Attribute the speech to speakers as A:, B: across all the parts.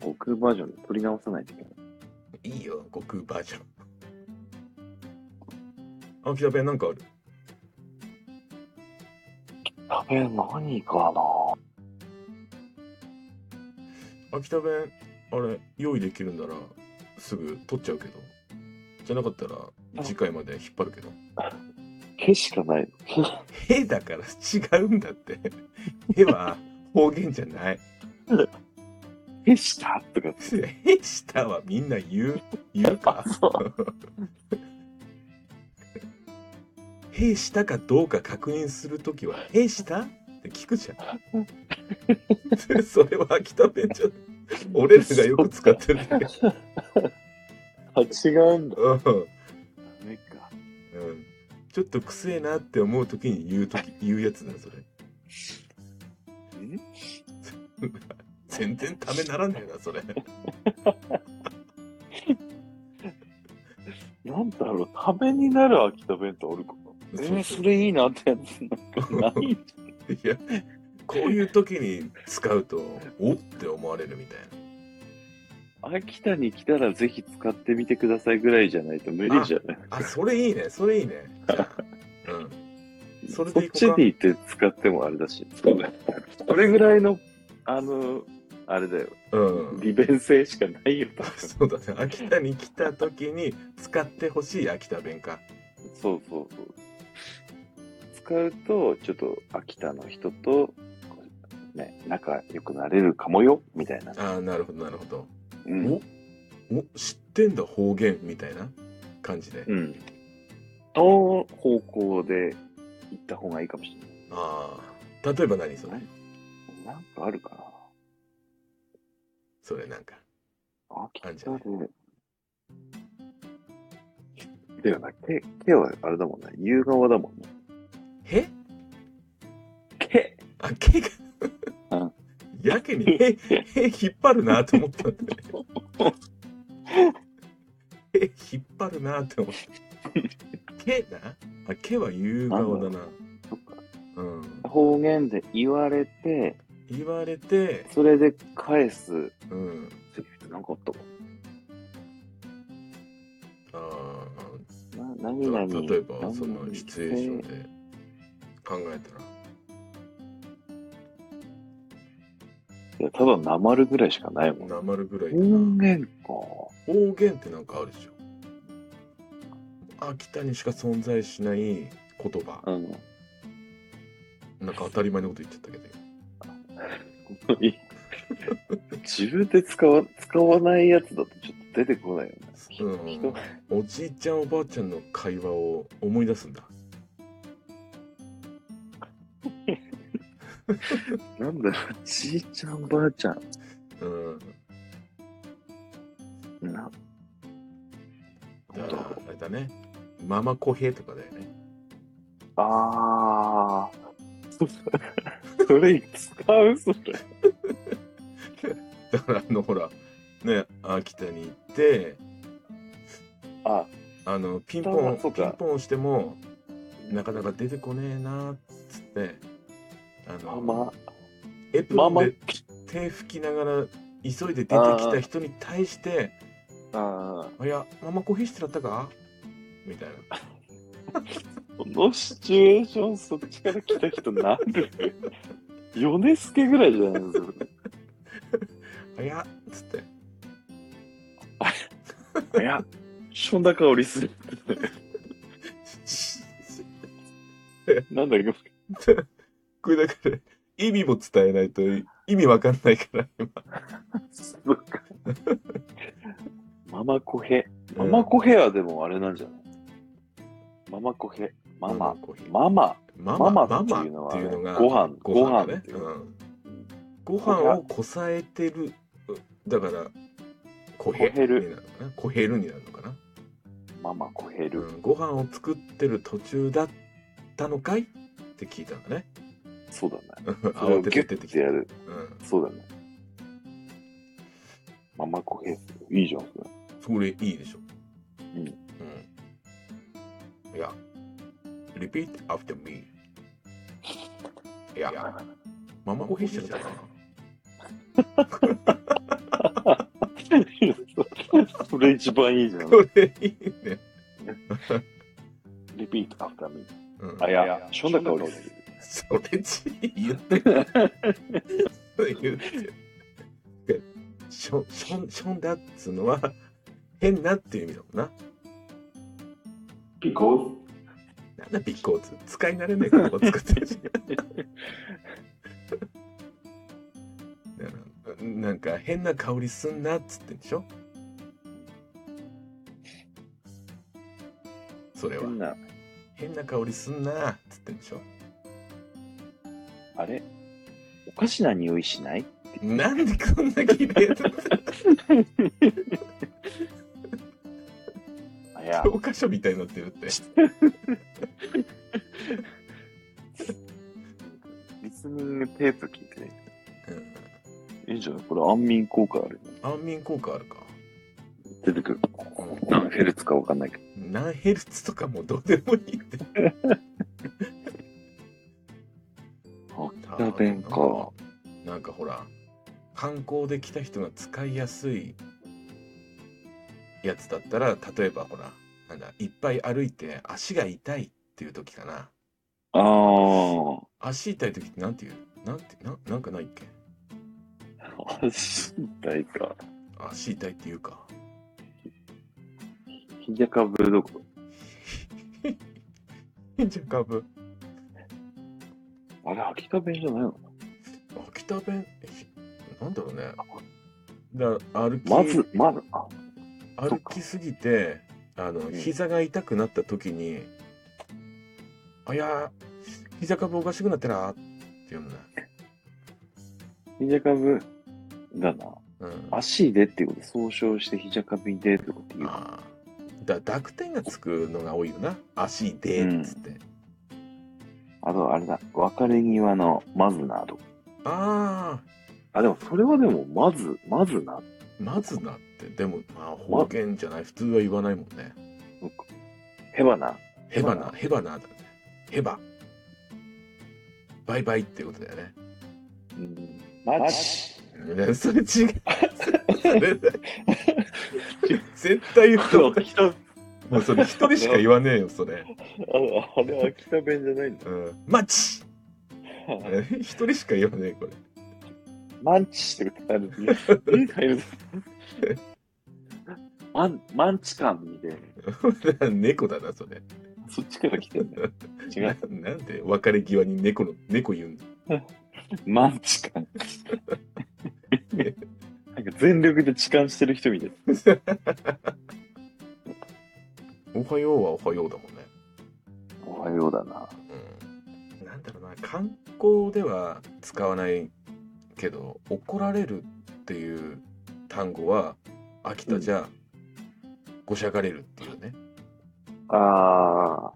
A: 悟空バージョンで撮り直さないといけない。
B: いいよ、悟空バージョン。青木田弁なんかある
A: 食べ何かな
B: 秋田弁あれ用意できるならすぐ取っちゃうけどじゃなかったら次回まで引っ張るけど
A: 毛しかない
B: 「へ」だから違うんだって「へ」は方言じゃない
A: の。毛したとか。
B: 「へ」したはみんな言う言うか
A: そう。
B: 「へ」したかどうか確認するときは「へ」したって聞くじゃんそれは秋田弁じゃない俺らがよく使ってるだけ
A: あ、違うんだ。
B: うん
A: ダメか。
B: うんちょっとくせえなって思うときに言うとき、言うやつだよ、それ。
A: ん
B: 全然ためならねえな、それ。
A: なんだろう、食べになる秋田弁当あるかな。えー、それいいなってやつなんかない
B: いや、こういうときに使うと、おって思われるみたい
A: 秋田に来たらぜひ使ってみてくださいぐらいじゃないと無理じゃない。
B: な。あ、それいいね、それいいね。じゃあうん。それ
A: こ
B: で
A: っ
B: いこうか
A: ちにいて使ってもあれだし、これぐらいの、あの、あれだよ、
B: うん。
A: 利便性しかないよ、多分
B: そうだね。秋田に来たときに使ってほしい秋田弁か。
A: そうそうそう。使うと、ちょっと秋田の人と、ね、仲良くなれるかもよ、みたいな。
B: ああ、なるほど、なるほど。
A: うん。
B: お、知ってんだ、方言、みたいな感じで。
A: うん。の方向で行った方がいいかもしれ
B: ああ。例えば何それ
A: ねない。なんかあるかな
B: それなんか。
A: 秋
B: あんじゃ
A: 田
B: ない
A: で。ではな、け、けはあれだもんね。夕側だもんね。
B: へ
A: け
B: あ、けが
A: うん。
B: やけに、へ、へ、引っ張るなと思ったんだよね。へ、引っ張るなって思った。けなあ、けは言う側だな。
A: そっか
B: うん。
A: 方言で言われて、
B: 言われて、
A: それで返す
B: うん。
A: セリフってなんかあったか
B: あ
A: な
B: あ、
A: 何々
B: 例えば、
A: 何
B: その
A: 々
B: シチュエーションで考えたら。
A: いや、ただなまるぐらいしかないもん。
B: なまるぐらいだ
A: 音
B: な。
A: 源か。
B: 方言ってなんかあるでしょ。秋田にしか存在しない言葉。
A: うん。
B: なんか当たり前のこと言っちゃったけど。
A: 自分で使わ使わないやつだとちょっと出てこないよね。
B: うん、おじいちゃんおばあちゃんの会話を思い出すんだ
A: なんだろう、じいちゃんばあちゃん。
B: うん
A: な、
B: だからあれだねママコヘとかだよね
A: あー。それ使うそれ。
B: だからあのほらね秋田に行って
A: あ、
B: あのピンポン
A: あそう
B: ピ
A: か
B: ンポン押してもなかなか出てこねえなっつってあ
A: ま
B: の
A: あま
B: エプ
A: ま
B: ロ
A: あ
B: ン
A: ま
B: で手拭きながら急いで出てきた人に対して
A: あ、あ
B: 「あいやママコヘしてらったか?」みたいな
A: ーこのシチュエーション、そっちから来た人なる。米助ぐらいじゃないのそれ
B: 「あいや」っつって
A: いや、そんな香りする。なんだっけ、
B: これだから意味も伝えないと意味わかんないから今
A: すごい ママコヘ。ママコヘはでもあれなんじゃない、ママコヘ。ママ。
B: コーヒー
A: ママ。
B: マ
A: マ
B: マ
A: マ
B: マ
A: って
B: マ
A: い
B: っ
A: うのは
B: ていうのが
A: ご飯
B: だね
A: ご飯
B: うんご飯をこさえてるだからこへ
A: こへる
B: になるのかなこへるになるのかな、
A: ママコヘ
B: う
A: ル。
B: ん、ご飯を作ってる途中だったのかいって聞いたんだね
A: そうだね。それを
B: 慌て
A: ギュ
B: て出
A: ッ
B: てき
A: て
B: た
A: やる。
B: うん
A: そうだね。ママコヘ。いいじゃん、それ。
B: それいいでしょ
A: うん
B: うんいや repeat after me いやママコヘしてたかな
A: それ一番いいじゃ ん。
B: これいいね。
A: Repeat after me.
B: うん
A: あ、いや、ションダカオリス。
B: それち、言ってる。言ってる。ション、ション、ションだっつうのは、変なっていう意味だもんな。
A: ピコ
B: なんだビッコーツ使い慣れない言葉使ってるし。なんか変な香りすんなっつってんでしょそれは
A: 変な、
B: 変な香りすんなっつってんでしょ
A: あれおかしな匂いしない
B: なんでこ んな綺麗だ
A: あいや、
B: 教科書みたいになってるって
A: リスニングテープ聞いてね。
B: うん
A: いいんじゃないこれ安眠効果あるね。
B: 安眠効果あるか
A: 出てくる。何ヘルツかわかんないけど。
B: 何ヘルツとかもうどうでもいいって
A: あ、ダ弁か。
B: なんかほら観光で来た人が使いやすいやつだったら例えばほらなんだいっぱい歩いて足が痛いっていう時かな
A: あー。
B: 足痛い時ってなんていうなんてななんかないっけ
A: 足痛いか。
B: 足痛いっていうか
A: ひじゃかぶどこ
B: じゃかぶ
A: あれ、秋田弁じゃないの
B: 秋田弁えひなんだろうねだから歩き
A: まず、まず、あ、
B: 歩きすぎてあの
A: ん
B: 膝が痛くなった時に「あいやー膝かぶおかしくなってな」って読むな、
A: ひじゃかぶだな。
B: うん、
A: 足でっていうこと、総称してひじゃかびでとかっていう。
B: あーだ濁点がつくのが多いよな「足で」っつって、
A: あと、あれだ、別れ際のまずなとか。
B: ああ
A: あ、でもそれはでも、まず、まずな。
B: まずなってでもまあ方言じゃない普通は言わないもんね
A: へばな。
B: 「へばな」「へばな」だね「へば」「バイバイ」ってことだよね
A: うん。マジ。
B: ね それ違うそれ絶対言うと
A: 秋田、あ
B: もうそれ一人しか言わねえよ、それ。
A: あれ、秋田弁じゃないんだ。
B: うん。マッチ一人しか言わねえ、これ。
A: マンチしてくれたんですね。マン、マンチ感みたいな。
B: 猫だな、それ。
A: そっちから来てんだよ。違う。
B: ななんで別れ際に猫の、猫言うんだ。
A: マンチ感。なんか全力で痴漢してる人みたい。
B: おはようはおはようだもんね。
A: おはようだな。
B: うん。なんだろうな、観光では使わないけど、怒られるっていう単語は、秋田じゃ、ごしゃがれるっていうね。
A: あ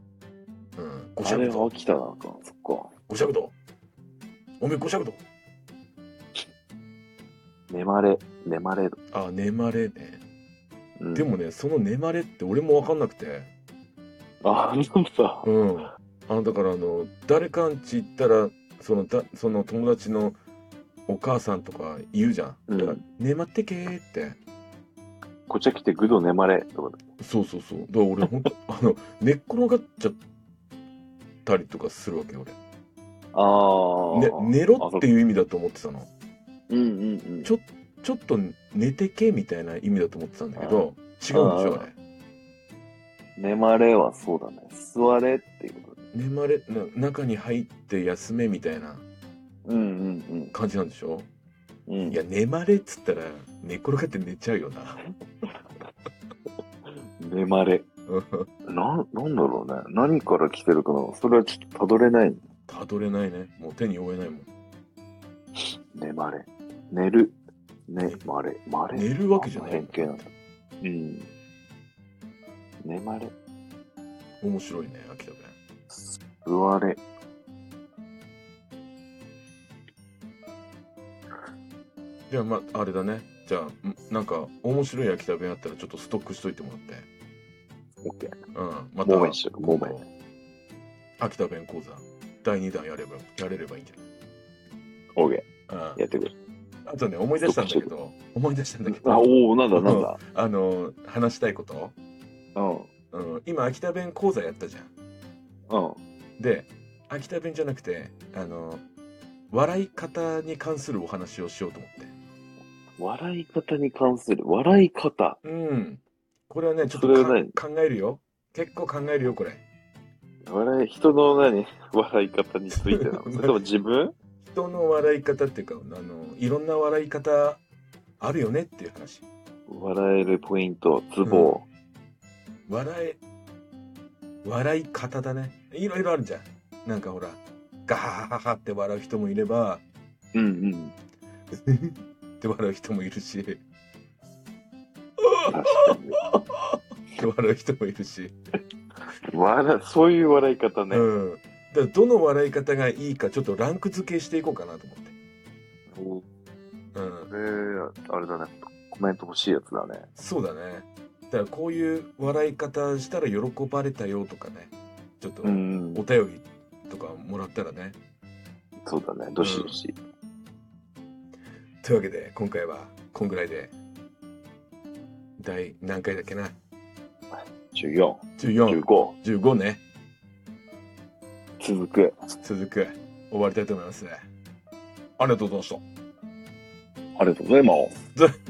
B: うん。
A: あ
B: ごし
A: あ
B: ゃ
A: れ
B: ぶ
A: は
B: と。
A: 秋田なのか。そっか。
B: ごしゃぶと。おめえごしゃぶと。
A: 眠れ、眠れる。
B: あ、眠れね。
A: うん
B: でもね、その眠れって俺も分かんなくて。
A: あ、なんだ。
B: うん。あの、だからあの、誰かんち行ったら、その、だその友達のお母さんとか言うじゃん。
A: うん
B: だから眠ってけーって。
A: こっちは来てグド眠れ。とかだ
B: そうそうそう。だから俺ほん と、あの、寝っ転がっちゃったりとかするわけよ、
A: ああ。
B: 俺。ね、寝ろっていう意味だと思ってたの。
A: うんうんうん。
B: ちょちょっと寝てけみたいな意味だと思ってたんだけど、違うんでしょ、あれ。
A: 眠れはそうだね。座れっていうこと。
B: 眠れ、な中に入って休めみたいな
A: うんうん
B: 感じなんでしょ
A: うん。うん、
B: いや、眠れっつったら、寝っ転がって寝ちゃうよな。
A: 眠れ。なん、なんだろうね。何から来てるかな。それはちょっとたどれない。
B: たどれないね。もう手に負えないもん。
A: 眠れ。寝る。ね、まれ。まれ。
B: 寝るわけじゃない
A: 変形なんだ。うん。眠れ。
B: 面白いね、秋田弁。
A: 座れ。
B: じゃあ、まあ、あれだね。じゃあ、んなんか、面白い秋田弁あったら、ちょっとストックしといてもらって。
A: オッケー。
B: うん。また、
A: もめしとく、もめ。
B: 秋田弁講座、第2弾やれば、やれればいいんじゃ
A: オッケ
B: ない
A: ー。やってくれ。
B: うあとね、思い出したんだけど、思い出したんだけ
A: あ、
B: ど、
A: おおなんだなんだ。
B: あの、話したいこと、
A: うん。
B: うん、今、秋田弁講座やったじゃん。
A: うん。
B: で、秋田弁じゃなくて、あの、笑い方に関するお話をしようと思って。
A: 笑い方に関する、笑い方。
B: うん。これはね、ちょっ
A: そ
B: と
A: れは
B: か
A: 何
B: 考えるよ。結構考えるよ、これ。
A: 笑い、人の何、笑い方についてなの。それとも自分
B: 人の笑い方っていうか、あの、いろんな笑い方あるよねっていう話。
A: 笑えるポイント、ツボ。
B: 笑い、笑い方だね。いろいろあるじゃん。なんかほら、ガハハハって笑う人もいれば、
A: うんうん。
B: って笑う人もいるし、
A: 確
B: って笑う人もいるし。
A: かに。笑い、そういう笑い方ね。
B: うん。だからどの笑い方がいいか、ちょっとランク付けしていこうかなと思って。
A: お
B: うん。
A: えー、あれだね。コメント欲しいやつだね。
B: そうだね。だからこういう笑い方したら喜ばれたよとかね。ちょっと
A: う
B: お
A: ん。
B: 便りとかもらったらね。
A: そうだね。どしどし。
B: というわけで今回はこんぐらいで。第何回だっけな
A: 14、
B: ?14、
A: 15、
B: 15ね。
A: 続く。
B: 続く。終わりたいと思います。ありがとうございました。
A: ありがとうございます。